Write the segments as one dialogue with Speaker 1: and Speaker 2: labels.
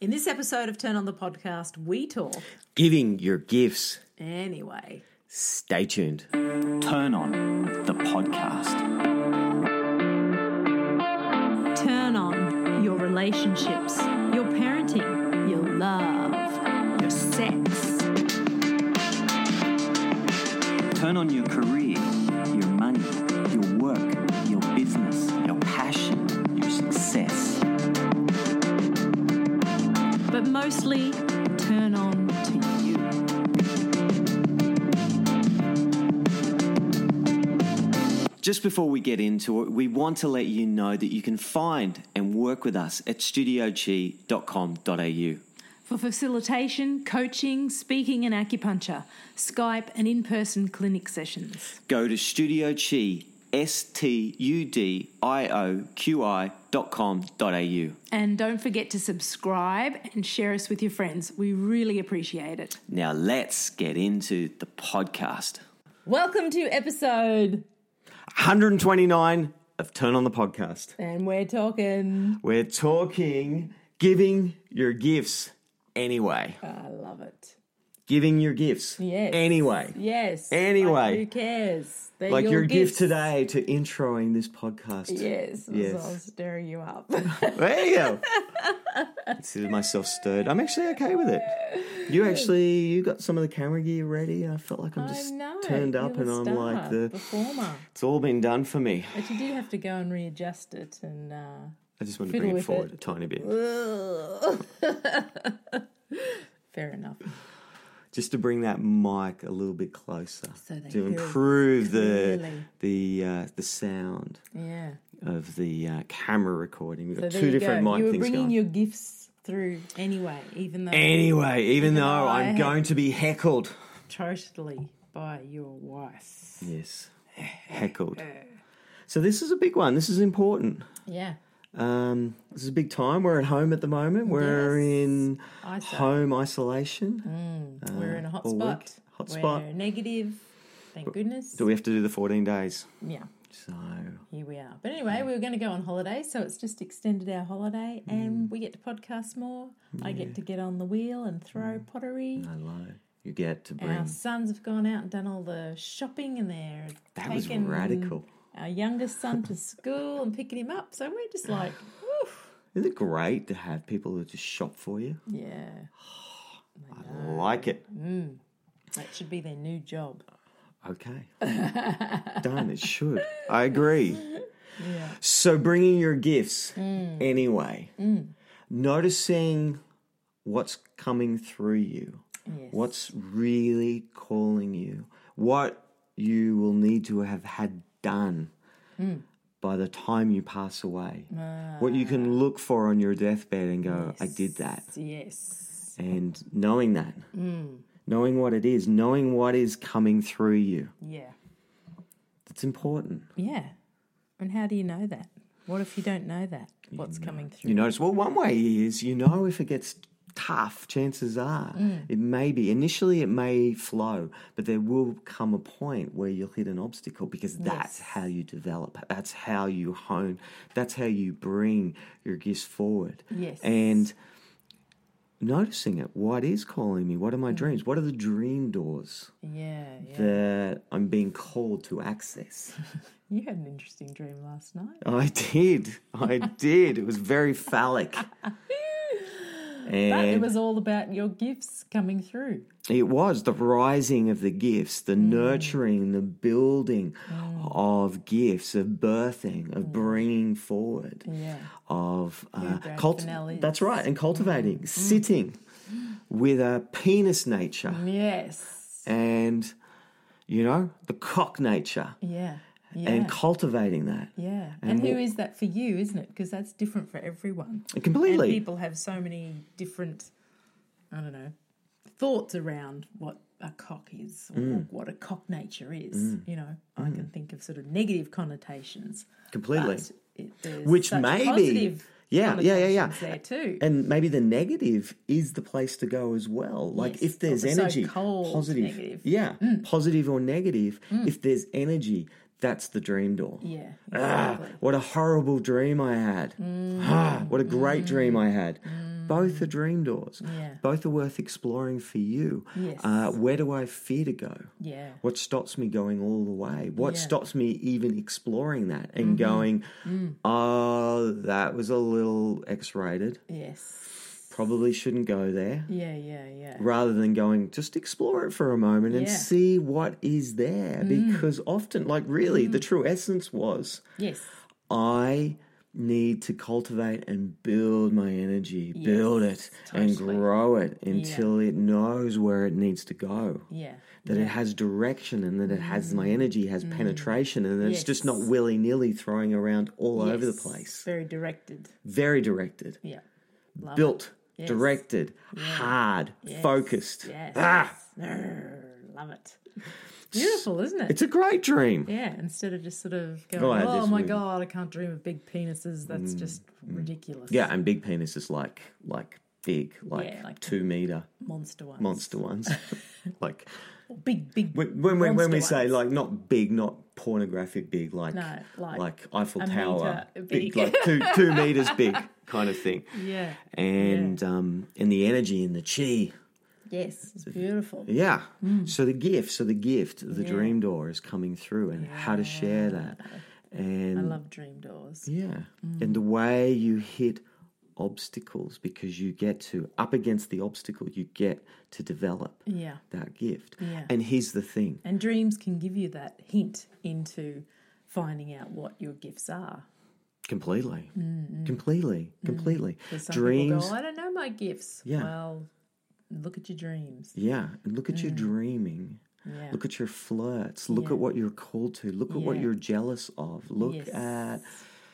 Speaker 1: In this episode of Turn On the Podcast, we talk
Speaker 2: Giving your gifts.
Speaker 1: anyway.
Speaker 2: Stay tuned.
Speaker 3: Turn on the podcast.
Speaker 1: Turn on your relationships, your parenting, your love, your sex.
Speaker 3: Turn on your career, your money, your work, your business, your passion, your success.
Speaker 1: but mostly turn on to you.
Speaker 2: Just before we get into it, we want to let you know that you can find and work with us at studiochi.com.au.
Speaker 1: For facilitation, coaching, speaking, and acupuncture, Skype and in person clinic sessions.
Speaker 2: Go to studiochi, S T U D I O Q I dot com dot au.
Speaker 1: And don't forget to subscribe and share us with your friends. We really appreciate it.
Speaker 2: Now let's get into the podcast.
Speaker 1: Welcome to episode,
Speaker 2: 129 of Turn on the Podcast.
Speaker 1: and we're talking.
Speaker 2: We're talking giving your gifts anyway.
Speaker 1: I love it.
Speaker 2: Giving your gifts
Speaker 1: Yes.
Speaker 2: anyway.
Speaker 1: Yes.
Speaker 2: Anyway.
Speaker 1: Like, who cares? They're
Speaker 2: like your, gift
Speaker 1: gifts.
Speaker 2: today to introing this podcast.
Speaker 1: Yes.
Speaker 2: Yes.
Speaker 1: I was stirring you up.
Speaker 2: There you go. Consider myself stirred. I'm actually okay with it. You actually you got some of the camera gear ready. I felt like I'm
Speaker 1: I
Speaker 2: just
Speaker 1: know.
Speaker 2: turned up
Speaker 1: you're
Speaker 2: and
Speaker 1: a
Speaker 2: I'm
Speaker 1: star
Speaker 2: like the
Speaker 1: performer.
Speaker 2: it's all been done for me.
Speaker 1: But you did have to go and readjust it and. Uh,
Speaker 2: I just want to
Speaker 1: Fiddle
Speaker 2: bring it
Speaker 1: with
Speaker 2: forward
Speaker 1: it.
Speaker 2: a tiny bit.
Speaker 1: Fair enough.
Speaker 2: Just to bring that mic a little bit closer.
Speaker 1: So they
Speaker 2: to
Speaker 1: hear it
Speaker 2: improve the
Speaker 1: clearly.
Speaker 2: the uh, the sound
Speaker 1: Yeah.
Speaker 2: of the uh, camera recording. We've
Speaker 1: So
Speaker 2: got
Speaker 1: there
Speaker 2: two
Speaker 1: you
Speaker 2: different
Speaker 1: go.
Speaker 2: mic
Speaker 1: You were
Speaker 2: things
Speaker 1: bringing
Speaker 2: going.
Speaker 1: your gifts through anyway, even though
Speaker 2: Anyway, even though
Speaker 1: though I
Speaker 2: I'm
Speaker 1: had-
Speaker 2: going to be heckled.
Speaker 1: totally by your wife.
Speaker 2: Yes, heckled. So this is a big one. This is important.
Speaker 1: Yeah.
Speaker 2: Um, this is a big time. We're at home at the moment. We're
Speaker 1: Yes. Mm.
Speaker 2: in
Speaker 1: Iso.
Speaker 2: home isolation.
Speaker 1: We're in a hot
Speaker 2: Uh, all week.
Speaker 1: spot.
Speaker 2: Hot spot.
Speaker 1: We're negative. Thank goodness.
Speaker 2: So we have to do the 14 days.
Speaker 1: Yeah.
Speaker 2: So
Speaker 1: Here we are. But anyway, we were going to go on holiday, so it's just extended our holiday,
Speaker 2: Mm.
Speaker 1: and we get to podcast more. I get to get on the wheel and throw
Speaker 2: Mm.
Speaker 1: pottery.
Speaker 2: I know you get to bring.
Speaker 1: Our sons have gone out and done all the shopping, and they're
Speaker 2: That was
Speaker 1: taking
Speaker 2: radical.
Speaker 1: our youngest son to school and picking him up. So we're just like, woof.
Speaker 2: Isn't it great to have people who just shop for you?
Speaker 1: Yeah,
Speaker 2: I like it.
Speaker 1: that should be their new job.
Speaker 2: Okay. Done. It should. I agree.
Speaker 1: Yeah. Mm.
Speaker 2: So bringing your gifts anyway, noticing what's coming through you,
Speaker 1: Yes.
Speaker 2: what's really calling you, what you will need to have had done
Speaker 1: Mm.
Speaker 2: by the time you pass away, what you
Speaker 1: Ah.
Speaker 2: can look for on your deathbed and go, I did that.
Speaker 1: Yes.
Speaker 2: And knowing that, knowing what it is, knowing what is coming through you,
Speaker 1: Yeah.
Speaker 2: it's important.
Speaker 1: Yeah. And how do you know that? What if you don't know that? What's coming through?
Speaker 2: You notice, well, one way is you know if it gets tough, chances are it may be. Initially, it may flow, but there will come a point where you'll hit an obstacle because that's how you develop. That's how you hone. That's how you bring your gifts forward.
Speaker 1: Yes.
Speaker 2: And noticing it. What is calling me? What are my dreams? What are the dream doors
Speaker 1: Yeah. Yeah.
Speaker 2: that I'm being called to access?
Speaker 1: You had an interesting dream last night.
Speaker 2: I did. I did. It was very phallic.
Speaker 1: But it
Speaker 2: And
Speaker 1: was all about your gifts coming through.
Speaker 2: it was the rising of the gifts, the
Speaker 1: Mm.
Speaker 2: nurturing, the building of gifts, of birthing,
Speaker 1: Mm.
Speaker 2: of bringing forward,
Speaker 1: Yeah.
Speaker 2: of uh,
Speaker 1: Brad
Speaker 2: cult-
Speaker 1: Fennell Mm. is. Mm.
Speaker 2: That's right, and cultivating, sitting with a penis nature
Speaker 1: Yes.
Speaker 2: and, you know, the cock nature
Speaker 1: Yeah. Yeah.
Speaker 2: and cultivating that
Speaker 1: yeah. And, who is that for you, isn't it? Because that's different for everyone.
Speaker 2: completely.
Speaker 1: And people have so many different, I don't know, thoughts around what a cock is or
Speaker 2: Mm.
Speaker 1: what a cock nature is. You know, I can think of sort of negative connotations.
Speaker 2: completely.
Speaker 1: but it- there's
Speaker 2: Which
Speaker 1: such
Speaker 2: may be-
Speaker 1: positive
Speaker 2: Yeah, yeah, yeah, yeah.
Speaker 1: connotations There too.
Speaker 2: and maybe the negative is the place to go as well. Like
Speaker 1: Yes.
Speaker 2: if there's
Speaker 1: Oh, so
Speaker 2: energy,
Speaker 1: cold
Speaker 2: positive,
Speaker 1: negative. Mm.
Speaker 2: yeah, positive or negative. If there's energy, that's the dream door.
Speaker 1: yeah.
Speaker 2: Ah,
Speaker 1: Exactly. Mm.
Speaker 2: what a horrible dream I had! Ah, what a great dream I had! Both are dream doors.
Speaker 1: Yeah.
Speaker 2: Both are worth exploring for you.
Speaker 1: Mm. Yes.
Speaker 2: Uh, where do I fear to go?
Speaker 1: Yeah.
Speaker 2: What stops me going all the way? What
Speaker 1: Yeah. Mm-hmm.
Speaker 2: stops me even exploring that and going,
Speaker 1: Mm.
Speaker 2: oh, that was a little X rated.
Speaker 1: Yes.
Speaker 2: Probably shouldn't go there.
Speaker 1: Yeah, yeah, yeah.
Speaker 2: Rather than going, just explore it for a moment and
Speaker 1: Yeah. Mm.
Speaker 2: see what is there. Because often, like, really, the true essence was
Speaker 1: Yes.
Speaker 2: I need to cultivate and build my energy, build it and
Speaker 1: totally.
Speaker 2: grow it until it knows where it needs to go.
Speaker 1: Yeah. Mm.
Speaker 2: That it has direction and that it has my energy has penetration and that it's just not
Speaker 1: Yes.
Speaker 2: willy nilly throwing around all over the
Speaker 1: Yes.
Speaker 2: place.
Speaker 1: Very directed.
Speaker 2: Very directed,
Speaker 1: Yeah. Love
Speaker 2: built,
Speaker 1: Yes.
Speaker 2: directed, hard,
Speaker 1: Yes.
Speaker 2: focused.
Speaker 1: Yes.
Speaker 2: Ah,
Speaker 1: Arr, love it. Beautiful, isn't it?
Speaker 2: it's a great dream.
Speaker 1: yeah. Instead of just sort of going,
Speaker 2: Oh, I had
Speaker 1: oh
Speaker 2: this
Speaker 1: my
Speaker 2: with-
Speaker 1: god, I can't dream of big penises. That's just ridiculous.
Speaker 2: mm. Yeah, and big penis is like like big, like,
Speaker 1: Yeah, like-
Speaker 2: two meter
Speaker 1: Monster ones.
Speaker 2: monster ones. like
Speaker 1: Big, big.
Speaker 2: When, when, we- when we
Speaker 1: monster
Speaker 2: say
Speaker 1: ones.
Speaker 2: like not big, not pornographic big, like
Speaker 1: No, like
Speaker 2: like, Eiffel
Speaker 1: a
Speaker 2: Tower
Speaker 1: metre big.
Speaker 2: big, like two two meters big kind of thing,
Speaker 1: Yeah.
Speaker 2: and um and the energy and the chi,
Speaker 1: Yes. It's beautiful.
Speaker 2: yeah.
Speaker 1: Mm.
Speaker 2: So the gift, so the gift, the dream door is coming through, and how to share that, and
Speaker 1: I love Mm. dream doors.
Speaker 2: yeah. And the way you hit obstacles because you get to, up against the obstacle, you get to develop
Speaker 1: Yeah.
Speaker 2: that gift.
Speaker 1: Yeah.
Speaker 2: And here's the thing
Speaker 1: And dreams can give you that hint into finding out what your gifts are.
Speaker 2: completely, completely, completely.
Speaker 1: 'Cause Mm. some people
Speaker 2: Dreams.
Speaker 1: go, I don't know my gifts.
Speaker 2: Yeah.
Speaker 1: Well, look at your dreams.
Speaker 2: yeah. And look at your dreaming.
Speaker 1: Mm. Yeah.
Speaker 2: Look at your flirts. Look at what you're called to. Look at what
Speaker 1: Yeah.
Speaker 2: you're jealous of. Look
Speaker 1: Yes.
Speaker 2: at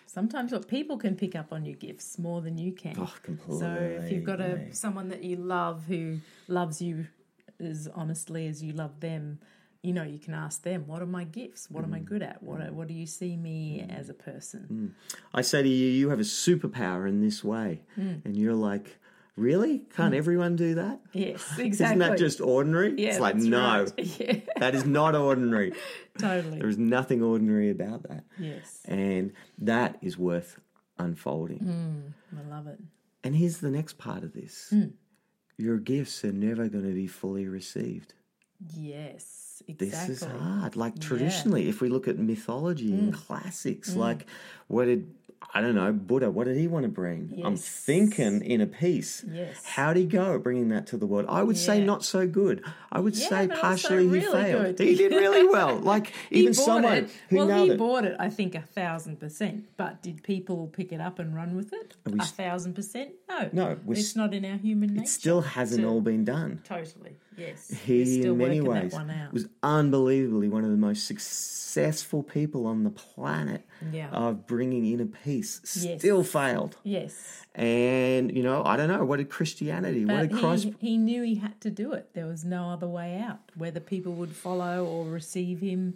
Speaker 1: Sometimes what people can pick up on your gifts more than you can.
Speaker 2: oh, completely.
Speaker 1: so if you've got a someone that you love who loves you as honestly as you love them, you know you can ask them, "What are my gifts? What am
Speaker 2: Mm.
Speaker 1: I good at? What what do you see me as a person?"
Speaker 2: I say to you, you have a superpower in this way,
Speaker 1: Hmm.
Speaker 2: and you're like, really? Can't everyone do that?
Speaker 1: Yes, Hmm. exactly.
Speaker 2: Isn't that just ordinary?
Speaker 1: Yeah,
Speaker 2: it's like,
Speaker 1: that's
Speaker 2: no,
Speaker 1: right. Yeah,
Speaker 2: that is not ordinary.
Speaker 1: totally.
Speaker 2: There is nothing ordinary about that.
Speaker 1: Yes,
Speaker 2: And that is worth unfolding.
Speaker 1: Hmm. I love it.
Speaker 2: And here's the next part of this
Speaker 1: Hmm.
Speaker 2: your gifts are never going to be fully received.
Speaker 1: Yes,
Speaker 2: This
Speaker 1: exactly. Mm.
Speaker 2: is hard. Like traditionally, if we look at mythology and classics, like what did I don't know Buddha? What did he want to bring? I'm
Speaker 1: Yes.
Speaker 2: thinking in a piece.
Speaker 1: Yes.
Speaker 2: How'd he go at bringing that to the world? I would say
Speaker 1: Yeah.
Speaker 2: not so good. I would
Speaker 1: Yeah,
Speaker 2: say
Speaker 1: but also
Speaker 2: partially he
Speaker 1: really
Speaker 2: failed.
Speaker 1: good.
Speaker 2: He did really well. Like
Speaker 1: He
Speaker 2: even
Speaker 1: bought
Speaker 2: someone
Speaker 1: it.
Speaker 2: who
Speaker 1: well,
Speaker 2: nailed
Speaker 1: he
Speaker 2: it.
Speaker 1: bought it. I think a thousand percent. But did people pick it up and run with it?
Speaker 2: we
Speaker 1: A
Speaker 2: s-
Speaker 1: thousand percent. No,
Speaker 2: No, we
Speaker 1: it's
Speaker 2: s-
Speaker 1: not in our human nature.
Speaker 2: it still hasn't all been done.
Speaker 1: totally. Yes,
Speaker 2: He,
Speaker 1: We're still
Speaker 2: in many
Speaker 1: working
Speaker 2: ways,
Speaker 1: that one out.
Speaker 2: was unbelievably one of the most successful people on the planet
Speaker 1: Yeah.
Speaker 2: of bringing in a peace.
Speaker 1: Yes.
Speaker 2: Still failed.
Speaker 1: yes,
Speaker 2: And, you know, I don't know. What did Christianity, what
Speaker 1: but
Speaker 2: did Christ.
Speaker 1: he, he knew he had to do it. There was no other way out. Whether people would follow or receive him,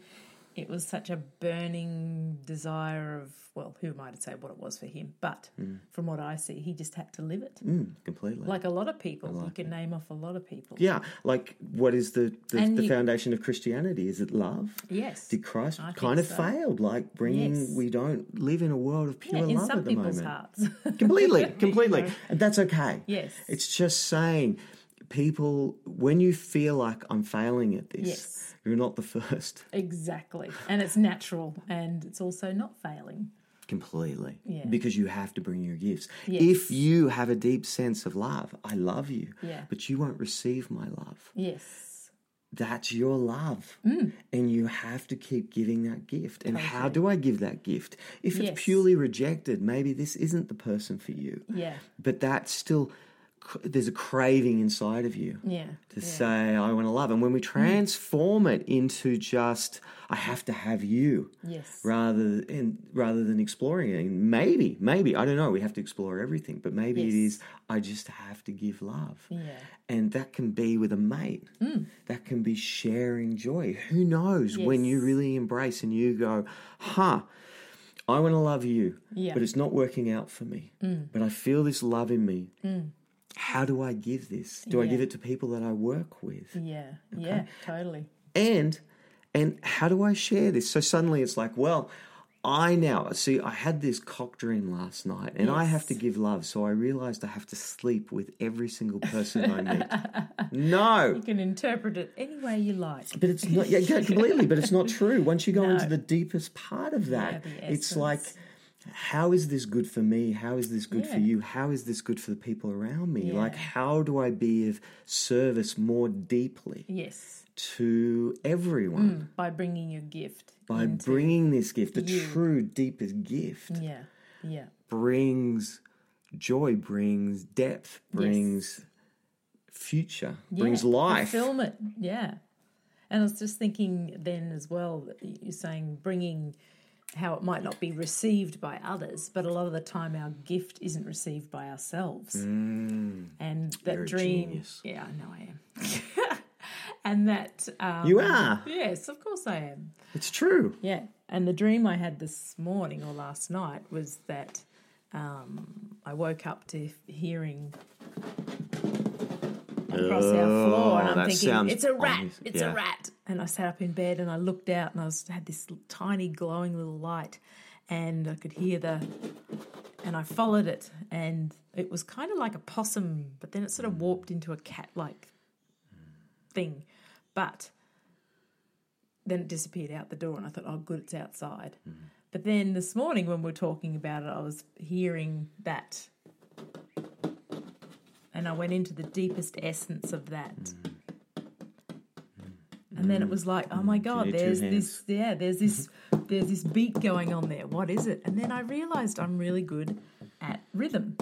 Speaker 1: it was such a burning desire of well, who am I to say what it was for him? But from what I see, he just had to live it.
Speaker 2: Mm, completely.
Speaker 1: Like a lot of people, you can name off a lot of people.
Speaker 2: yeah. Like, what is the, the,
Speaker 1: And
Speaker 2: the
Speaker 1: you-
Speaker 2: foundation of Christianity? Is it love?
Speaker 1: Yes.
Speaker 2: Did Christ
Speaker 1: I think
Speaker 2: kind of
Speaker 1: so.
Speaker 2: failed? Like, bringing.
Speaker 1: Yes.
Speaker 2: We don't live in a world of pure
Speaker 1: Yeah, in
Speaker 2: love
Speaker 1: some
Speaker 2: at the
Speaker 1: people's
Speaker 2: moment.
Speaker 1: hearts.
Speaker 2: completely, completely. And that's okay.
Speaker 1: Yes.
Speaker 2: It's just saying people when you feel like I'm failing at this,
Speaker 1: Yes.
Speaker 2: you're not the first.
Speaker 1: exactly. And it's natural and it's also not failing.
Speaker 2: Completely.
Speaker 1: Yeah.
Speaker 2: Because you have to bring your gifts.
Speaker 1: Yes.
Speaker 2: If you have a deep sense of love, I love you,
Speaker 1: Yeah.
Speaker 2: but you won't receive my love.
Speaker 1: Yes.
Speaker 2: That's your love.
Speaker 1: Mm.
Speaker 2: And you have to keep giving that gift. And how do I give that gift? If
Speaker 1: Yes.
Speaker 2: it's purely rejected, maybe this isn't the person for you.
Speaker 1: Yeah.
Speaker 2: But that's still, there's a craving inside of you.
Speaker 1: Yeah. Mm.
Speaker 2: to say I want to love. And when we transform it into just I have to have you
Speaker 1: Yes.
Speaker 2: rather and rather than exploring it. And maybe, maybe, I don't know, we have to explore everything, but maybe it
Speaker 1: Yes.
Speaker 2: is I just have to give love.
Speaker 1: Yeah.
Speaker 2: And that can be with a mate.
Speaker 1: Mm.
Speaker 2: That can be sharing joy. Who knows when you
Speaker 1: Yes.
Speaker 2: really embrace and you go, huh, I want to love you,
Speaker 1: Yeah. Mm.
Speaker 2: but it's not working out for me. But I feel this love in me. How do I give this? Do I
Speaker 1: Yeah.
Speaker 2: give it to people that I work with?
Speaker 1: Yeah. Yeah. Totally.
Speaker 2: and and how do i share this so suddenly it's like well I now see. I had this cock dream last night, and I have
Speaker 1: Yes.
Speaker 2: to give love. So I realized I have to sleep with every single person I meet. No,
Speaker 1: You can interpret it any way you like.
Speaker 2: but it's not yeah, yeah, completely. But it's not true. Once you go into
Speaker 1: No.
Speaker 2: the deepest part of that,
Speaker 1: the
Speaker 2: it's like,
Speaker 1: essence.
Speaker 2: how is this good for me? How is this good for
Speaker 1: Yeah.
Speaker 2: you? How is this good for the people around me? Like,
Speaker 1: Yeah.
Speaker 2: how do I be of service more deeply
Speaker 1: Yes,
Speaker 2: to everyone
Speaker 1: by bringing your gift.
Speaker 2: by
Speaker 1: into-
Speaker 2: bringing this gift? The
Speaker 1: you. Mm.
Speaker 2: true deepest gift
Speaker 1: Yeah, yeah,
Speaker 2: brings joy, brings depth, brings future, brings
Speaker 1: yeah.
Speaker 2: life.
Speaker 1: Film it. Yeah. And I was just thinking then as well, that you're saying bringing how it might not be received by others, but a lot of the time our gift isn't received by ourselves. And that
Speaker 2: Mm. You're a
Speaker 1: dream.
Speaker 2: genius.
Speaker 1: Yeah, I know I am. and that. Um,
Speaker 2: You are.
Speaker 1: Yes, of course I am.
Speaker 2: It's true.
Speaker 1: Yeah. And the dream I had this morning or last night was that um, I woke up to hearing across our floor, and
Speaker 2: Oh,
Speaker 1: I'm
Speaker 2: that
Speaker 1: thinking,
Speaker 2: sounds
Speaker 1: it's a rat,
Speaker 2: obvious.
Speaker 1: it's
Speaker 2: Yeah.
Speaker 1: a rat. And I sat up in bed and I looked out, and I was, had this l- tiny glowing little light, and I could hear the, and I followed it, and it was kind of like a possum, but then it sort of warped into a cat-like thing, but then it disappeared out the door, and I thought, oh, good, it's outside.
Speaker 2: Mm-hmm.
Speaker 1: But then this morning, when we were talking about it, I was hearing that, and I went into the deepest essence of that.
Speaker 2: Mm.
Speaker 1: And then it was like, oh my god,
Speaker 2: Mm. need two
Speaker 1: there's
Speaker 2: hands.
Speaker 1: this, yeah, there's this, there's this beat going on there. What is it? And then I realised I'm really good at rhythm.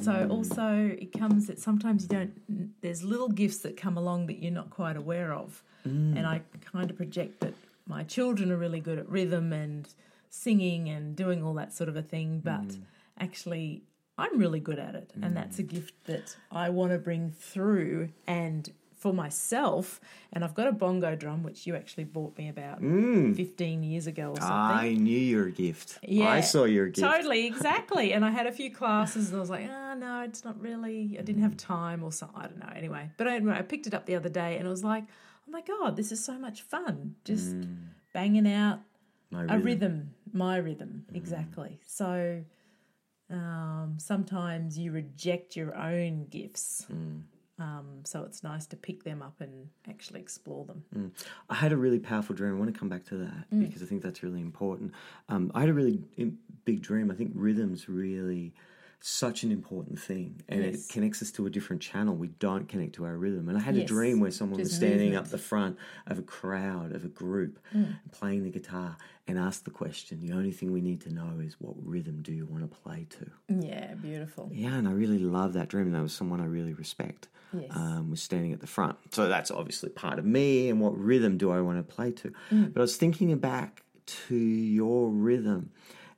Speaker 1: So also it comes that sometimes you don't. There's little gifts that come along that you're not quite aware of, and I kind of project that my children are really good at rhythm and singing and doing all that sort of a thing, but actually I'm really good at it, and that's a gift that I want to bring through and for myself. And I've got a bongo drum which you actually bought me about 15 years ago or something.
Speaker 2: I knew your gift.
Speaker 1: Yeah,
Speaker 2: I saw your gift.
Speaker 1: Totally, exactly. And I had a few classes, and I was like, ah, no, it's not really. I didn't have
Speaker 2: Mm.
Speaker 1: time, or something. I don't know. Anyway, but I, I picked it up the other day, and it was like, oh my god, this is so much fun. Just
Speaker 2: Mm.
Speaker 1: banging out
Speaker 2: My
Speaker 1: a rhythm, my rhythm,
Speaker 2: Mm.
Speaker 1: exactly. So um, sometimes you reject your own gifts.
Speaker 2: Mm.
Speaker 1: Um, so it's nice to pick them up and actually explore them.
Speaker 2: mm. I had a really powerful dream. I want to come back to that
Speaker 1: Mm.
Speaker 2: because I think that's really important. Um, I had a really im- big dream. I think rhythm's really such an important thing and
Speaker 1: Yes.
Speaker 2: it connects us to a different channel. We don't connect to our rhythm. And I had a
Speaker 1: Yes.
Speaker 2: dream where someone was
Speaker 1: Just
Speaker 2: standing
Speaker 1: movement.
Speaker 2: up the front of a crowd, of a group, playing the guitar and asked the question the only thing we need to know is what rhythm do you want to play to?
Speaker 1: Yeah, beautiful.
Speaker 2: Mm. Yeah, and I really love that dream. And that was someone I really respect.
Speaker 1: Yes.
Speaker 2: Um, was standing at the front. So that's obviously part of me and what rhythm do I want to play to.
Speaker 1: Mm.
Speaker 2: But I was thinking back to your rhythm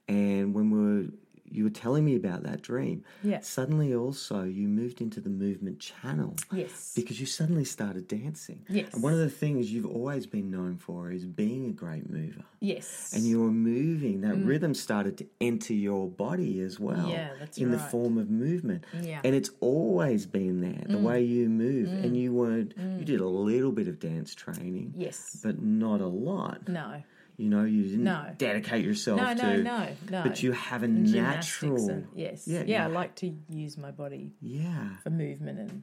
Speaker 2: and when we were you were telling me about that dream.
Speaker 1: Yeah.
Speaker 2: Suddenly also you moved into the movement channel.
Speaker 1: Yes.
Speaker 2: Because you suddenly started dancing.
Speaker 1: Yes.
Speaker 2: And one of the things you've always been known for is being a great mover.
Speaker 1: Yes.
Speaker 2: And you were moving. That rhythm started to enter your body as well.
Speaker 1: Mm. Yeah, that's
Speaker 2: In the
Speaker 1: right.
Speaker 2: form of movement.
Speaker 1: Yeah. Mm.
Speaker 2: And it's always been there, the way you move. And you weren't you did a little bit of dance training.
Speaker 1: yes.
Speaker 2: But not a lot.
Speaker 1: No.
Speaker 2: You know, you didn't
Speaker 1: No.
Speaker 2: dedicate yourself
Speaker 1: No,
Speaker 2: to
Speaker 1: no, no, no.
Speaker 2: But you have a
Speaker 1: Gymnastics
Speaker 2: natural
Speaker 1: and- yes.
Speaker 2: Yeah,
Speaker 1: Yeah,
Speaker 2: yeah.
Speaker 1: I like to use my body
Speaker 2: Yeah.
Speaker 1: for movement and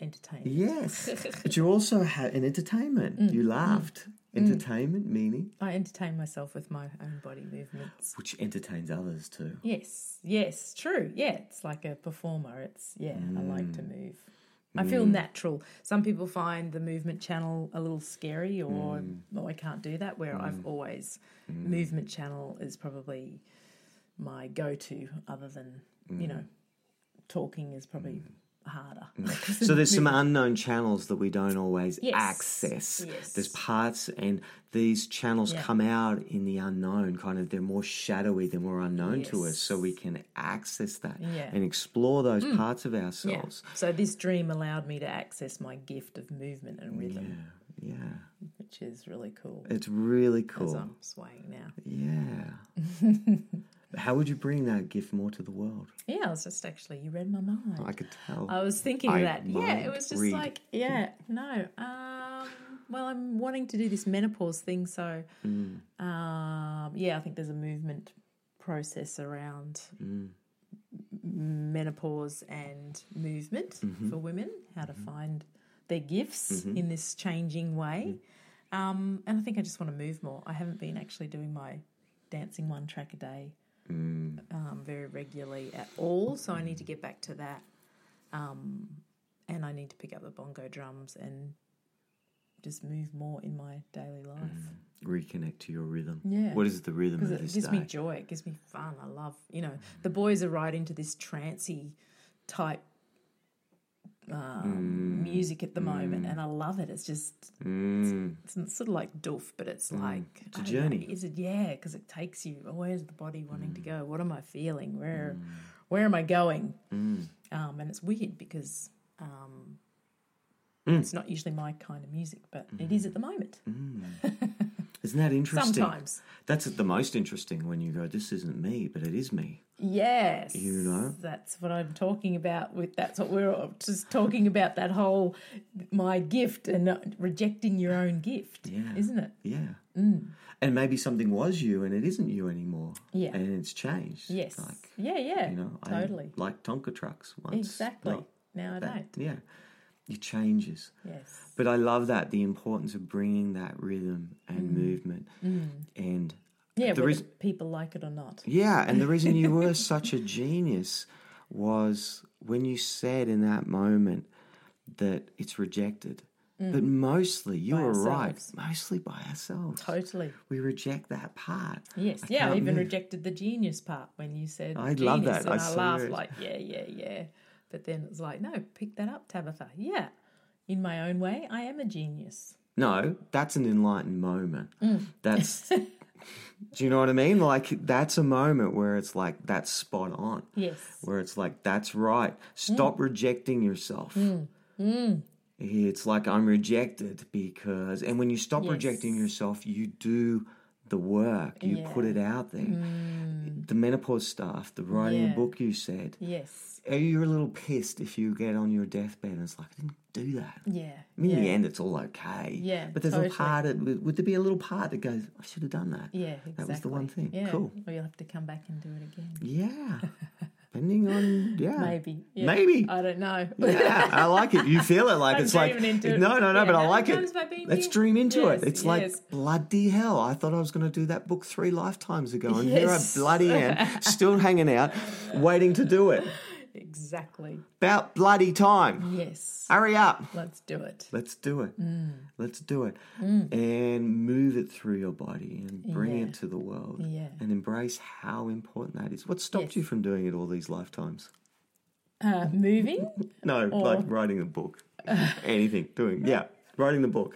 Speaker 1: entertainment.
Speaker 2: Yes. but you also had an entertainment.
Speaker 1: Mm.
Speaker 2: You laughed. Entertainment meaning
Speaker 1: I entertain myself with my own body movements.
Speaker 2: which entertains others too.
Speaker 1: Yes, yes, true. Yeah, it's like a performer. It's, yeah, I like to
Speaker 2: Mm.
Speaker 1: move. I feel natural. Some people find the movement channel a little scary or,
Speaker 2: Mm.
Speaker 1: oh, I can't do that. Where I've always, movement channel is probably my go to, other than, you know,
Speaker 2: Mm.
Speaker 1: talking is probably harder.
Speaker 2: So there's some unknown channels that we don't always
Speaker 1: Yes.
Speaker 2: access.
Speaker 1: Yes.
Speaker 2: There's parts and these channels
Speaker 1: Yeah.
Speaker 2: come out in the unknown, kind of they're more shadowy, they're more unknown to us. So we can access that
Speaker 1: Yeah. Mm.
Speaker 2: and explore those parts of
Speaker 1: Yeah.
Speaker 2: ourselves.
Speaker 1: So this dream allowed me to access my gift of movement and rhythm,
Speaker 2: Yeah.
Speaker 1: which is really cool.
Speaker 2: It's really
Speaker 1: As
Speaker 2: cool.
Speaker 1: I'm swaying now.
Speaker 2: Yeah. How would you bring that gift more to the world?
Speaker 1: Yeah, I was just actually you read my mind. Uh,
Speaker 2: I could tell.
Speaker 1: I was thinking
Speaker 2: I
Speaker 1: that. Yeah,
Speaker 2: mind
Speaker 1: it was just
Speaker 2: read.
Speaker 1: like yeah, no. Um well, I'm wanting to do this menopause thing, so um, yeah, I think there's a movement process around menopause and movement for women, how to find their gifts in this changing way. Um, and I think I just want to move more. I haven't been actually doing my dancing one track a day um, very regularly at all, so I need to get back to that. Um, and I need to pick up the bongo drums and just move more in my daily life.
Speaker 2: Reconnect to your rhythm.
Speaker 1: Yeah.
Speaker 2: What is the rhythm of
Speaker 1: Because
Speaker 2: this
Speaker 1: it gives
Speaker 2: day?
Speaker 1: me joy. It gives me fun. I love, you know, the boys are right into this trancy type um, music at the moment, and I love it. It's just
Speaker 2: Mm.
Speaker 1: it's, it's sort of like doof, but it's like it's
Speaker 2: a journey. Mm.
Speaker 1: is it? Yeah, because it takes you. Oh, where's the body wanting to go? What am I feeling? Where where am I going?
Speaker 2: Mm.
Speaker 1: Um, and it's weird because. Um,
Speaker 2: Mm.
Speaker 1: It's not usually my kind of music, but it is at the moment.
Speaker 2: Isn't that interesting?
Speaker 1: Sometimes.
Speaker 2: That's the most interesting when you go, this isn't me, but it is me.
Speaker 1: Yes.
Speaker 2: You know?
Speaker 1: That's what I'm talking about with that's what we're all- just talking about that whole my gift and not rejecting your own gift,
Speaker 2: Yeah.
Speaker 1: isn't it?
Speaker 2: Yeah.
Speaker 1: Mm.
Speaker 2: And maybe something was you and it isn't you anymore.
Speaker 1: Yeah.
Speaker 2: And it's changed.
Speaker 1: Yes.
Speaker 2: Like,
Speaker 1: yeah, yeah.
Speaker 2: you know,
Speaker 1: totally.
Speaker 2: I like Tonka trucks once.
Speaker 1: exactly.
Speaker 2: Not
Speaker 1: now I
Speaker 2: that-
Speaker 1: don't.
Speaker 2: Yeah. It changes.
Speaker 1: Yes.
Speaker 2: But I love that the importance of bringing that rhythm
Speaker 1: Mm.
Speaker 2: and movement and
Speaker 1: Yeah,
Speaker 2: The
Speaker 1: whether
Speaker 2: reason-
Speaker 1: people like it or not.
Speaker 2: yeah, and the reason you were such a genius was when you said in that moment that it's rejected. But mostly, you
Speaker 1: Mm. By
Speaker 2: were
Speaker 1: ourselves.
Speaker 2: right. Mostly by ourselves.
Speaker 1: Totally.
Speaker 2: We reject that part.
Speaker 1: Yes.
Speaker 2: I
Speaker 1: yeah, I
Speaker 2: can't
Speaker 1: even
Speaker 2: move.
Speaker 1: rejected the genius part when you said
Speaker 2: Um, I love
Speaker 1: genius,
Speaker 2: that.
Speaker 1: And
Speaker 2: I
Speaker 1: I,
Speaker 2: saw
Speaker 1: laughed
Speaker 2: it.
Speaker 1: like, yeah, yeah, yeah. But then it was like, no, pick that up, Tabitha. Yeah. In my own way, I am a genius.
Speaker 2: No, that's an enlightened moment.
Speaker 1: Mm.
Speaker 2: That's. do you know what I mean? Like, that's a moment where it's like, that's spot on.
Speaker 1: Yes.
Speaker 2: where it's like that's right stop
Speaker 1: Mm.
Speaker 2: rejecting yourself it's like i'm rejected because and when you stop rejecting
Speaker 1: Yes.
Speaker 2: yourself you do the work you put
Speaker 1: Yeah. Mm.
Speaker 2: it out there the menopause stuff the writing
Speaker 1: Yeah.
Speaker 2: a book you said
Speaker 1: Yes.
Speaker 2: are you a little pissed if you get on your deathbed and it's like i didn't do that
Speaker 1: Yeah.
Speaker 2: I mean,
Speaker 1: yeah.
Speaker 2: in the end, it's all okay.
Speaker 1: Yeah,
Speaker 2: But there's
Speaker 1: totally.
Speaker 2: a part, of, would would there be a little part that goes, I should have done that?
Speaker 1: Yeah, exactly.
Speaker 2: That was the one thing.
Speaker 1: Yeah.
Speaker 2: Cool.
Speaker 1: Or you'll have to come back and do it again.
Speaker 2: Yeah. Depending on, yeah.
Speaker 1: Maybe. Yeah.
Speaker 2: Maybe.
Speaker 1: I don't know.
Speaker 2: yeah, I like it. You feel it like
Speaker 1: I'm
Speaker 2: it's like
Speaker 1: dreaming into it.
Speaker 2: no, no, no.
Speaker 1: Yeah,
Speaker 2: but I
Speaker 1: how
Speaker 2: like
Speaker 1: many times
Speaker 2: it.
Speaker 1: have I been
Speaker 2: Let's
Speaker 1: here?
Speaker 2: dream into
Speaker 1: Yes,
Speaker 2: it. It's
Speaker 1: yes.
Speaker 2: like bloody hell. I thought I was going to do that book three lifetimes ago, and here I
Speaker 1: Yes.
Speaker 2: bloody am, still hanging out, waiting to do it.
Speaker 1: exactly.
Speaker 2: About bloody time.
Speaker 1: Yes.
Speaker 2: Hurry up.
Speaker 1: Let's do it.
Speaker 2: Let's do it.
Speaker 1: Mm.
Speaker 2: Let's do it. And move it through your body and bring
Speaker 1: Yeah.
Speaker 2: it to the world.
Speaker 1: Yeah.
Speaker 2: And embrace how important that is. What stopped
Speaker 1: Yes.
Speaker 2: you from doing it all these lifetimes?
Speaker 1: Uh, moving.
Speaker 2: No,
Speaker 1: Or-
Speaker 2: like writing a book. Anything. Doing. Yeah. Writing the book.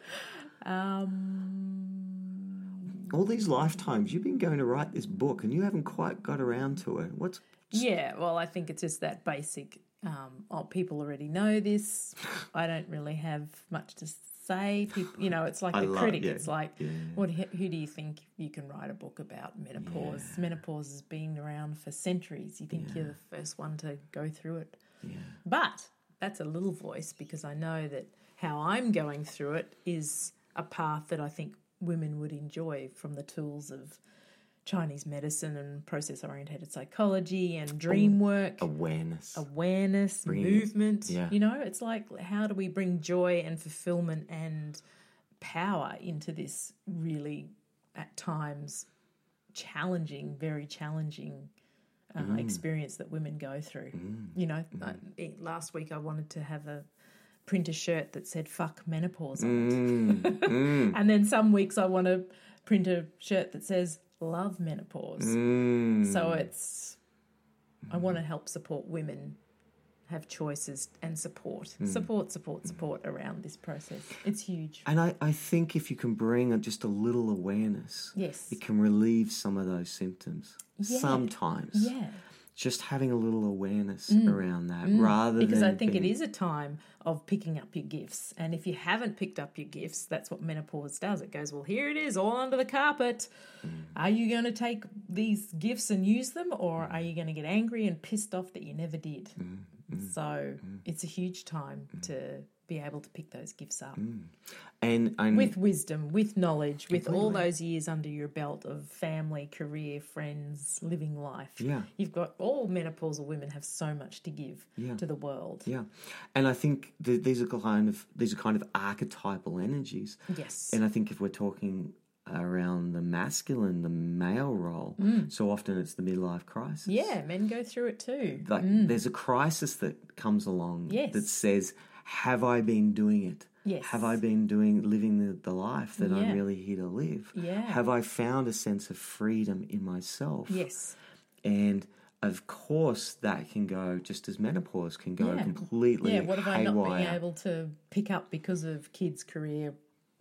Speaker 1: Um,
Speaker 2: All these lifetimes, you've been going to write this book and you haven't quite got around to it. What's
Speaker 1: yeah. Well, I think it's just that basic. Um, oh, people already know this. I don't really have much to say. People, you know, it's like
Speaker 2: I
Speaker 1: the
Speaker 2: love-
Speaker 1: critic.
Speaker 2: yeah,
Speaker 1: It's like,
Speaker 2: yeah.
Speaker 1: what? Who do you think you can write a book about menopause? Menopause has been around for centuries. You think you're the first one to go through it.
Speaker 2: yeah,
Speaker 1: But that's a little voice because I know that how I'm going through it is a path that I think women would enjoy from the tools of Chinese medicine and process oriented psychology and dream work,
Speaker 2: awareness?
Speaker 1: awareness, movement.
Speaker 2: yeah.
Speaker 1: You know, it's like how do we bring joy and fulfillment and power into this really, at times, challenging, very challenging uh, experience that women go through. You know, I- it- last week I wanted to have a print a shirt that said "fuck menopause" on it,
Speaker 2: Mm-hmm.
Speaker 1: and then some weeks I want to print a shirt that says "love menopause." So it's I want to help support women have choices and support, support, support, support around this process. It's huge.
Speaker 2: And I, I think if you can bring a- just a little awareness,
Speaker 1: Yes.
Speaker 2: it can relieve some of those symptoms.
Speaker 1: Yeah.
Speaker 2: Sometimes.
Speaker 1: Yeah. Mm.
Speaker 2: Just having a little awareness around that rather
Speaker 1: Because
Speaker 2: than.
Speaker 1: I think
Speaker 2: being-
Speaker 1: it is a time of picking up your gifts. And if you haven't picked up your gifts, that's what menopause does. It goes, well, here it is, all under the carpet. Are you going to take these gifts and use them, or are you going to get angry and pissed off that you never did? So it's a huge time to be able to pick those gifts up
Speaker 2: And, and
Speaker 1: with wisdom, with knowledge, with all those years under your belt of family, career, friends, living life.
Speaker 2: Yeah.
Speaker 1: You've got all menopausal women have so much to give to the world.
Speaker 2: yeah, and I think th- these are kind of these are kind of archetypal energies.
Speaker 1: Yes.
Speaker 2: And I think if we're talking around the masculine, the male role, so often it's the midlife crisis.
Speaker 1: Mm. yeah, men go through it too.
Speaker 2: Like there's a crisis that comes along
Speaker 1: Yes.
Speaker 2: that says, Have I been doing it?
Speaker 1: Yes.
Speaker 2: Have I been doing living the, the life that
Speaker 1: Yeah.
Speaker 2: I'm really here to live?
Speaker 1: Yeah.
Speaker 2: Have I found a sense of freedom in myself?
Speaker 1: Yes.
Speaker 2: And of course that can go just as menopause can go
Speaker 1: Yeah.
Speaker 2: completely
Speaker 1: Yeah, what have I not been
Speaker 2: haywire.
Speaker 1: able to pick up because of kids' career,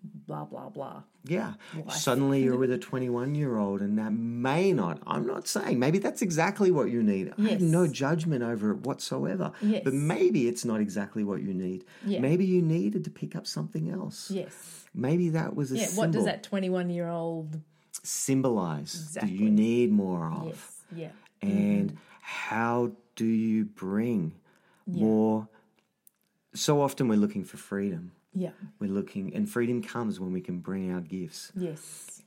Speaker 1: blah, blah, blah.
Speaker 2: Yeah. Suddenly you're with a 21 year old, and that may not, I'm not saying, maybe that's exactly what you need. I have
Speaker 1: Yes.
Speaker 2: no judgment over it whatsoever.
Speaker 1: Yes.
Speaker 2: But maybe it's not exactly what you need.
Speaker 1: Yeah.
Speaker 2: Maybe you needed to pick up something else.
Speaker 1: Yes.
Speaker 2: Maybe that was a
Speaker 1: Yeah,
Speaker 2: symbol.
Speaker 1: what does that 21 year old.
Speaker 2: symbolize
Speaker 1: Exactly.
Speaker 2: that you need more of?
Speaker 1: Yes. Mm-hmm. Yeah.
Speaker 2: and how do you bring more? So often we're looking for freedom.
Speaker 1: Yeah.
Speaker 2: We're looking, and freedom comes when we can bring our gifts
Speaker 1: Yes.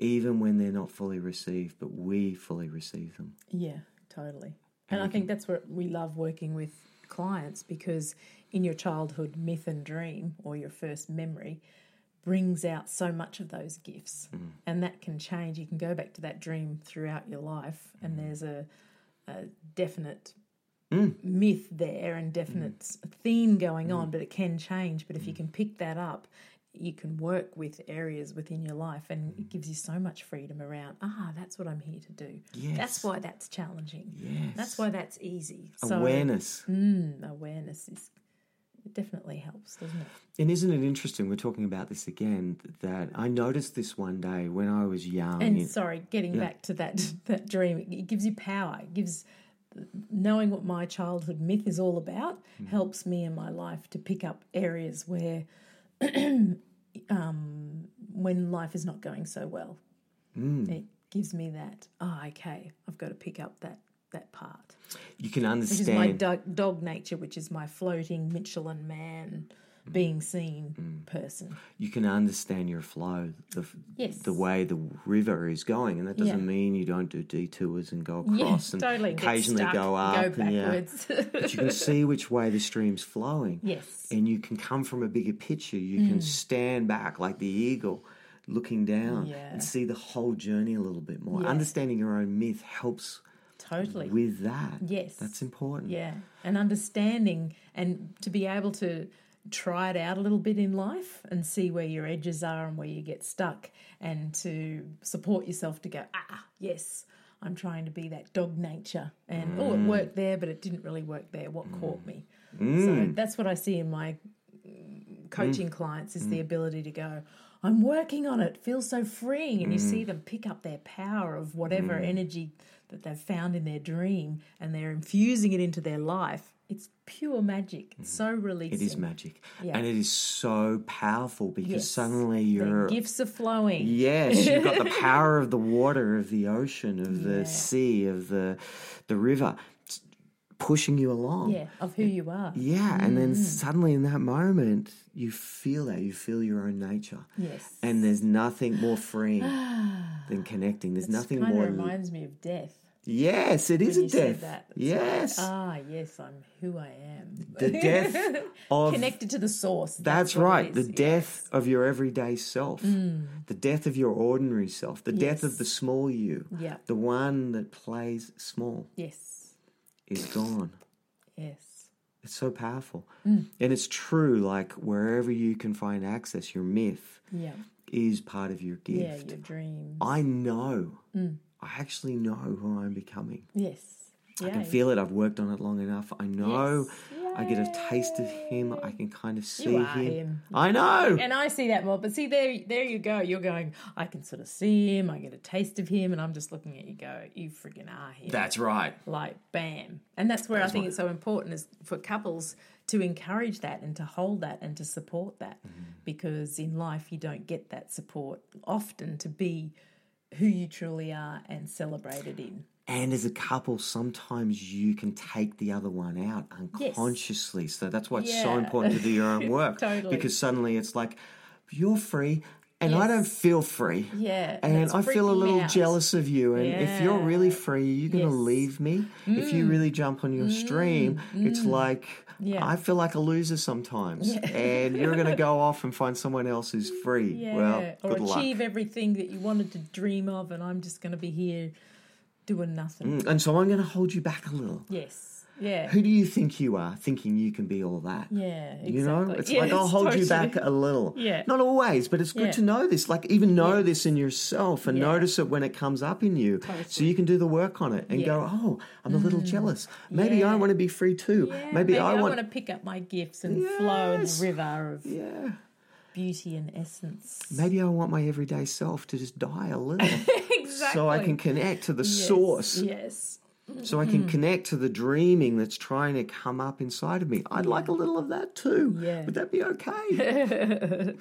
Speaker 2: even when they're not fully received, but we fully receive them.
Speaker 1: Yeah, totally. And I think that's what we love working with clients because in your childhood myth and dream or your first memory brings out so much of those gifts. And that can change. You can go back to that dream throughout your life and there's a, a definite myth there and definite s- theme going on, but it can change. But if you can pick that up, you can work with areas within your life and it gives you so much freedom around, ah, that's what I'm here to do.
Speaker 2: Yes.
Speaker 1: That's why that's challenging.
Speaker 2: Yes.
Speaker 1: That's why that's easy.
Speaker 2: Awareness.
Speaker 1: So awareness is it definitely helps, doesn't it?
Speaker 2: And isn't it interesting? We're talking about this again. That I noticed this one day when I was young.
Speaker 1: And
Speaker 2: in-
Speaker 1: sorry, getting back to that that dream, it- it gives you power. It gives knowing what my childhood myth is all about
Speaker 2: Mm-hmm.
Speaker 1: helps me in my life to pick up areas where um, when life is not going so well,
Speaker 2: Mm.
Speaker 1: it gives me that. Oh, okay, I've got to pick up that that part.
Speaker 2: you can
Speaker 1: which is my
Speaker 2: understand.
Speaker 1: dog, dog nature, which is my floating Michelin man being seen person.
Speaker 2: you can understand your flow, the f-
Speaker 1: Yes.
Speaker 2: the way the river is going, and that doesn't
Speaker 1: Yeah.
Speaker 2: mean you don't do detours and go across and
Speaker 1: Get
Speaker 2: occasionally
Speaker 1: stuck,
Speaker 2: go up.
Speaker 1: go
Speaker 2: and, yeah.
Speaker 1: backwards.
Speaker 2: but you can see which way the stream's flowing.
Speaker 1: yes,
Speaker 2: and you can come from a bigger picture. You
Speaker 1: Mm.
Speaker 2: can stand back like the eagle looking down
Speaker 1: Yeah.
Speaker 2: and see the whole journey a little bit more.
Speaker 1: Yeah.
Speaker 2: Understanding your own myth helps
Speaker 1: totally.
Speaker 2: with that.
Speaker 1: Yes.
Speaker 2: That's important.
Speaker 1: Yeah, and understanding and to be able to try it out a little bit in life and see where your edges are and where you get stuck, and to support yourself to go, ah, yes, I'm trying to be that dog nature, and oh,
Speaker 2: Mm.
Speaker 1: it worked there, but it didn't really work there. What caught me? So
Speaker 2: Mm.
Speaker 1: that's what I see in my mm, coaching clients is
Speaker 2: Mm.
Speaker 1: the ability to go. I'm working on it. Feels so freeing, and you see
Speaker 2: Mm.
Speaker 1: them pick up their power of whatever energy that they've found in their dream, and they're infusing it into their life. It's pure magic. It's so releasing.
Speaker 2: Mm. It is magic.
Speaker 1: Yeah.
Speaker 2: And it is so powerful because
Speaker 1: Yes.
Speaker 2: suddenly
Speaker 1: The
Speaker 2: you're
Speaker 1: gifts are flowing.
Speaker 2: Yes, you've got the power of the water, of the ocean, of the
Speaker 1: Yeah.
Speaker 2: sea, of the the river s- pushing you along.
Speaker 1: Yeah, Mm. of who you are.
Speaker 2: Yeah, and then suddenly in that moment, you feel that you feel your own nature.
Speaker 1: Yes.
Speaker 2: And there's nothing more freeing than connecting. There's nothing
Speaker 1: kind of
Speaker 2: more.
Speaker 1: reminds me of death.
Speaker 2: yes, it is a
Speaker 1: you said
Speaker 2: death.
Speaker 1: that. It's
Speaker 2: Yes,
Speaker 1: Ah, yes, I'm who I am.
Speaker 2: the death of.
Speaker 1: Connected to the source.
Speaker 2: That's,
Speaker 1: what it
Speaker 2: right. The
Speaker 1: is, Mm. yeah.
Speaker 2: death of your everyday self, the death of your ordinary self, the death of the small you,
Speaker 1: Yeah.
Speaker 2: the one that plays small,
Speaker 1: Yes.
Speaker 2: is gone.
Speaker 1: Yes.
Speaker 2: It's so powerful,
Speaker 1: Mm.
Speaker 2: and it's true. Like wherever you can find access, your myth
Speaker 1: Yeah.
Speaker 2: is part of your gift.
Speaker 1: Yeah, Mm. your dream.
Speaker 2: I know. I actually know who I'm becoming.
Speaker 1: Yes. Yeah.
Speaker 2: I can feel it. I've worked on it long enough. I know. I get a taste of him. I can kind of see
Speaker 1: are
Speaker 2: him.
Speaker 1: him.
Speaker 2: I know.
Speaker 1: and I see that more. But see, there, there you go. You're going. I can sort of see him. I get a taste of him, and I'm just looking at you. Go, you friggin' are him.
Speaker 2: That's right.
Speaker 1: like bam and that's where i think it's so important is for couples to encourage that and to hold that and to support that
Speaker 2: Mm-hmm.
Speaker 1: because in life you don't get that support often to be who you truly are and celebrate it in
Speaker 2: And as a couple, sometimes you can take the other one out unconsciously. So that's why it's so
Speaker 1: Yeah.
Speaker 2: important to do your own work.
Speaker 1: Totally.
Speaker 2: Because suddenly it's like, you're free and I don't
Speaker 1: Yes.
Speaker 2: feel free.
Speaker 1: Yeah.
Speaker 2: And
Speaker 1: it's
Speaker 2: I feel a
Speaker 1: freaking me
Speaker 2: little
Speaker 1: out.
Speaker 2: jealous of you. And if you're really
Speaker 1: Yeah.
Speaker 2: free, you're going to
Speaker 1: Yes. Mm.
Speaker 2: leave me. If you really jump on your stream, it's like,
Speaker 1: Yeah.
Speaker 2: I feel like a loser sometimes.
Speaker 1: Yeah.
Speaker 2: And you're going to go off and find someone else who's free.
Speaker 1: Yeah.
Speaker 2: Well,
Speaker 1: or
Speaker 2: good luck.
Speaker 1: achieve everything that you wanted to dream of, and I'm just going to be here doing nothing.
Speaker 2: And so I'm going to hold you back a little.
Speaker 1: Yes. Yeah.
Speaker 2: Hmm. Who do you think you are thinking you can be all that?
Speaker 1: Yeah. Exactly.
Speaker 2: You know, it's
Speaker 1: Yeah,
Speaker 2: like I'll hold you
Speaker 1: totally-
Speaker 2: back a little.
Speaker 1: Yeah.
Speaker 2: Not always, but it's good
Speaker 1: Yeah.
Speaker 2: to know this. Like, even know
Speaker 1: Yeah.
Speaker 2: this in yourself and
Speaker 1: Yeah.
Speaker 2: notice it when it comes up in you. So you can do the work on it and go, oh, I'm a little jealous. Maybe I
Speaker 1: Mm. Yeah.
Speaker 2: want to be free too.
Speaker 1: Yeah,
Speaker 2: maybe, I, want.
Speaker 1: to pick up my gifts and flow in the
Speaker 2: Yes.
Speaker 1: river of
Speaker 2: Yeah.
Speaker 1: beauty and essence.
Speaker 2: Maybe I want my everyday self to just die a little
Speaker 1: exactly.
Speaker 2: so I can connect to the
Speaker 1: Yes,
Speaker 2: source,
Speaker 1: Yes.
Speaker 2: so I
Speaker 1: Hmm.
Speaker 2: can connect to the dreaming that's trying to come up inside of me. I'd like a little of that too.
Speaker 1: Yeah.
Speaker 2: Would that be okay?
Speaker 1: Exactly.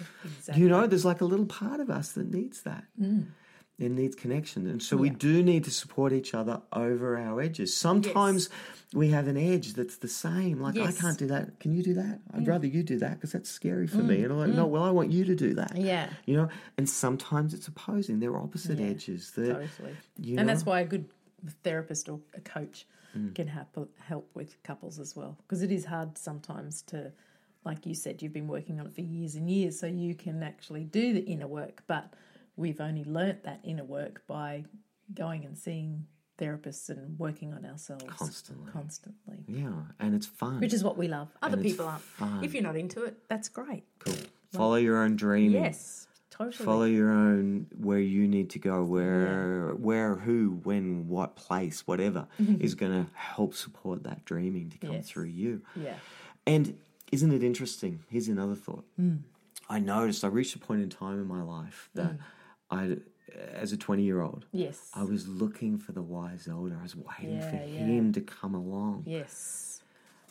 Speaker 1: Mm.
Speaker 2: You know, there's like a little part of us that needs that. It needs connection. And so we do need to support each other over our edges. Sometimes we have an edge that's the same. Like, I
Speaker 1: Yes. Mm.
Speaker 2: can't do that. Can you do that? I'd rather you do that because that's scary for me. And I'm like, no, well, I want you to do that.
Speaker 1: Yeah.
Speaker 2: You know, and sometimes it's opposing. They're opposite
Speaker 1: Yeah.
Speaker 2: edges. They're,
Speaker 1: Totally.
Speaker 2: you
Speaker 1: and that's
Speaker 2: know? Hmm.
Speaker 1: why a good therapist or a coach can help help with couples as well because it is hard sometimes to like you said you've been working on it for years and years so you can actually do the inner work but we've only learnt that inner work by going and seeing therapists and working on ourselves
Speaker 2: Constantly.
Speaker 1: constantly
Speaker 2: Yeah. And it's fun.
Speaker 1: which is what we love other
Speaker 2: And it's
Speaker 1: people aren't
Speaker 2: fun.
Speaker 1: if you're not into it that's great
Speaker 2: cool. Follow your own dreaming.
Speaker 1: yes totally
Speaker 2: Hmm. Follow your own where you need to go, where, where, who, when, what place, whatever is going to help support that dreaming to come
Speaker 1: Mm-hmm. Yes.
Speaker 2: through you.
Speaker 1: yeah
Speaker 2: And isn't it interesting? Here's another thought.
Speaker 1: Mm.
Speaker 2: I noticed I reached a point in time in my life that I, as a 20 year old,
Speaker 1: yes
Speaker 2: I was looking for the wise elder. I was waiting for
Speaker 1: Yeah, yeah.
Speaker 2: him to come along.
Speaker 1: yes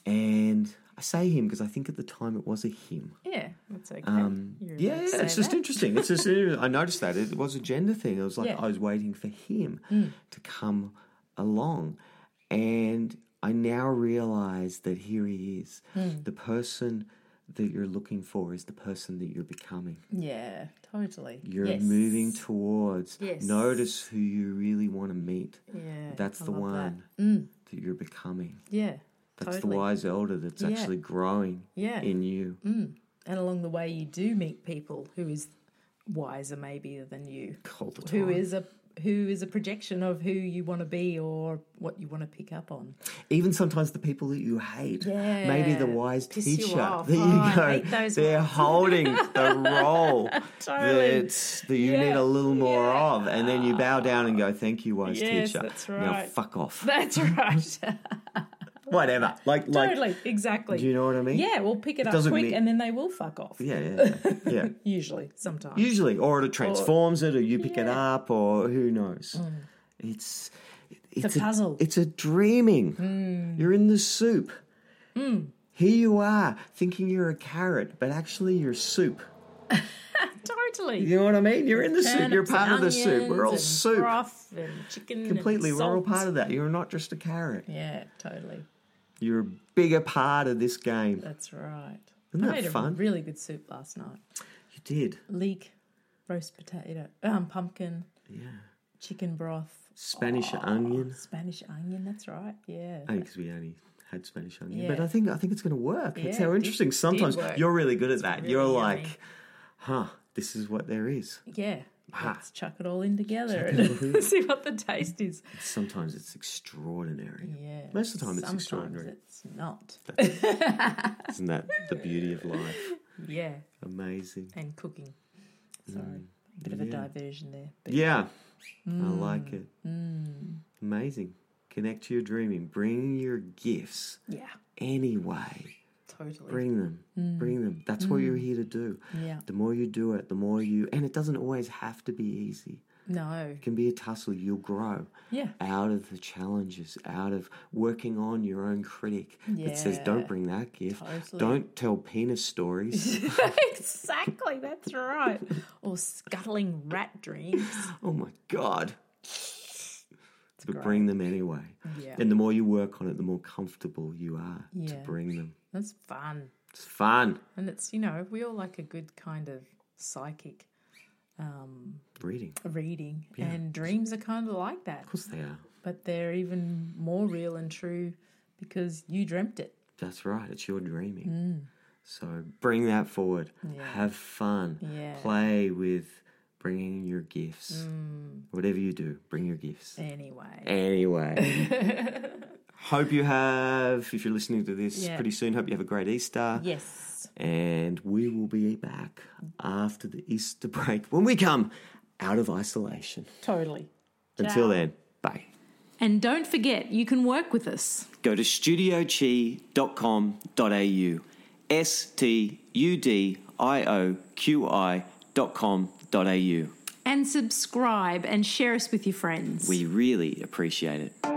Speaker 2: And I say him because I think at the time it was a him.
Speaker 1: yeah that's okay You're allowed
Speaker 2: Um, Yeah,
Speaker 1: to say
Speaker 2: it's just
Speaker 1: that.
Speaker 2: interesting. It's just I noticed that it was a gender thing. It was like
Speaker 1: Yeah. Mm.
Speaker 2: I was waiting for him to come along, and I now realize that here he is,
Speaker 1: Mm.
Speaker 2: the person that you're looking for is the person that you're becoming.
Speaker 1: Yeah, totally.
Speaker 2: You're
Speaker 1: Yes.
Speaker 2: moving towards.
Speaker 1: Yes.
Speaker 2: Notice who you really want to meet.
Speaker 1: Yeah,
Speaker 2: That's
Speaker 1: I
Speaker 2: the
Speaker 1: love that.
Speaker 2: one that you're becoming.
Speaker 1: Yeah,
Speaker 2: That's
Speaker 1: totally.
Speaker 2: the wise elder that's
Speaker 1: Yeah.
Speaker 2: actually growing
Speaker 1: Yeah, Mm.
Speaker 2: in you.
Speaker 1: and along the way, you do meet people who is wiser maybe than you,
Speaker 2: All the
Speaker 1: who
Speaker 2: time.
Speaker 1: is a who is a projection of who you want to be or what you want to pick up on.
Speaker 2: even sometimes the people that you hate.
Speaker 1: Yeah.
Speaker 2: Maybe the wise
Speaker 1: Piss you
Speaker 2: teacher.
Speaker 1: off.
Speaker 2: There you
Speaker 1: Oh, I
Speaker 2: go.
Speaker 1: hate those
Speaker 2: They're
Speaker 1: ones.
Speaker 2: holding the role
Speaker 1: Totally.
Speaker 2: that's, that you need
Speaker 1: Yeah.
Speaker 2: a little more
Speaker 1: Yeah.
Speaker 2: of. And then you bow down and go, Thank you, wise
Speaker 1: Yes,
Speaker 2: teacher.
Speaker 1: that's
Speaker 2: Now
Speaker 1: right.
Speaker 2: fuck off.
Speaker 1: That's right.
Speaker 2: Whatever. Like, like
Speaker 1: totally, exactly.
Speaker 2: do you know what I mean?
Speaker 1: yeah, we'll pick it, up
Speaker 2: doesn't
Speaker 1: quick,
Speaker 2: mean-
Speaker 1: and then they will fuck off.
Speaker 2: Yeah, yeah, yeah. yeah.
Speaker 1: Usually, sometimes.
Speaker 2: Usually, or it transforms it, or you pick it
Speaker 1: Yeah. Mm.
Speaker 2: up, or who knows. It's it's,
Speaker 1: a puzzle. Mm.
Speaker 2: it's a dreaming. You're in the soup. Here you are, thinking you're a carrot, but actually you're soup.
Speaker 1: totally.
Speaker 2: You know what I mean? You're in the soup. You're
Speaker 1: Turnips
Speaker 2: part
Speaker 1: and
Speaker 2: of the soup. We're
Speaker 1: onions
Speaker 2: all
Speaker 1: and
Speaker 2: soup.
Speaker 1: broth and chicken.
Speaker 2: Completely,
Speaker 1: and
Speaker 2: we're all
Speaker 1: salt.
Speaker 2: part of that. You're not just a carrot.
Speaker 1: Yeah, totally.
Speaker 2: You're a bigger part of this game.
Speaker 1: That's right.
Speaker 2: Isn't
Speaker 1: I
Speaker 2: that
Speaker 1: made
Speaker 2: fun?
Speaker 1: a really good soup last night.
Speaker 2: You did.
Speaker 1: Leek, roast potato, um, pumpkin,
Speaker 2: Yeah.
Speaker 1: chicken broth,
Speaker 2: Spanish onion.
Speaker 1: Spanish onion. That's right. Yeah.
Speaker 2: Because we only had Spanish onion. But
Speaker 1: Yeah.
Speaker 2: I think I think it's going to work. it's
Speaker 1: Yeah, it
Speaker 2: how
Speaker 1: did-
Speaker 2: interesting.
Speaker 1: did
Speaker 2: Sometimes
Speaker 1: work.
Speaker 2: you're really good at that.
Speaker 1: really
Speaker 2: you're
Speaker 1: yummy.
Speaker 2: like, huh, this is what there is.
Speaker 1: Yeah. Let's chuck it all in together and see what the taste is.
Speaker 2: Sometimes it's extraordinary.
Speaker 1: Yeah.
Speaker 2: Most of the time it's
Speaker 1: Sometimes
Speaker 2: extraordinary.
Speaker 1: It's not.
Speaker 2: Isn't that the beauty of life?
Speaker 1: Yeah.
Speaker 2: Amazing.
Speaker 1: And cooking.
Speaker 2: Mm.
Speaker 1: Sorry. Bit of a diversion there. But
Speaker 2: Yeah. I
Speaker 1: Mm.
Speaker 2: like it. Amazing. Connect to your dreaming. Bring your gifts
Speaker 1: yeah.
Speaker 2: anyway.
Speaker 1: Totally.
Speaker 2: Bring them.
Speaker 1: Mm.
Speaker 2: Bring them. That's what you're here to do.
Speaker 1: Yeah.
Speaker 2: The more you do it, the more you, and it doesn't always have to be easy.
Speaker 1: No.
Speaker 2: It can be a tussle. You'll grow.
Speaker 1: Yeah.
Speaker 2: out of the challenges, out of working on your own critic that says, don't
Speaker 1: Yeah,
Speaker 2: bring that gift.
Speaker 1: totally.
Speaker 2: Don't tell penis stories.
Speaker 1: exactly. That's right. Or scuttling rat dreams.
Speaker 2: oh my God.
Speaker 1: It's
Speaker 2: Oh but
Speaker 1: great.
Speaker 2: bring them anyway.
Speaker 1: Yeah.
Speaker 2: And the more you work on it, the more comfortable you are
Speaker 1: Yeah.
Speaker 2: to bring them.
Speaker 1: That's fun.
Speaker 2: It's fun.
Speaker 1: And it's, you know, we all like a good kind of psychic
Speaker 2: Reading.
Speaker 1: reading. And dreams are kind of like that.
Speaker 2: Of course they are.
Speaker 1: But they're even more real and true because you dreamt it.
Speaker 2: That's right. It's your dreaming.
Speaker 1: Mm.
Speaker 2: So bring that forward. Have fun.
Speaker 1: Yeah.
Speaker 2: Play with bringing your gifts.
Speaker 1: Mm.
Speaker 2: Whatever you do, bring your gifts.
Speaker 1: Anyway.
Speaker 2: Anyway. hope you have, if you're listening to this
Speaker 1: Yeah.
Speaker 2: pretty soon, hope you have a great Easter.
Speaker 1: Yes.
Speaker 2: And we will be back after the Easter break when we come out of isolation.
Speaker 1: Totally. Ciao.
Speaker 2: Until then, bye.
Speaker 1: And don't forget, you can work with us.
Speaker 3: Go to studiochi.com.au. S T U D I O Q I dot com dot au.
Speaker 4: and subscribe and share us with your friends.
Speaker 3: We really appreciate it.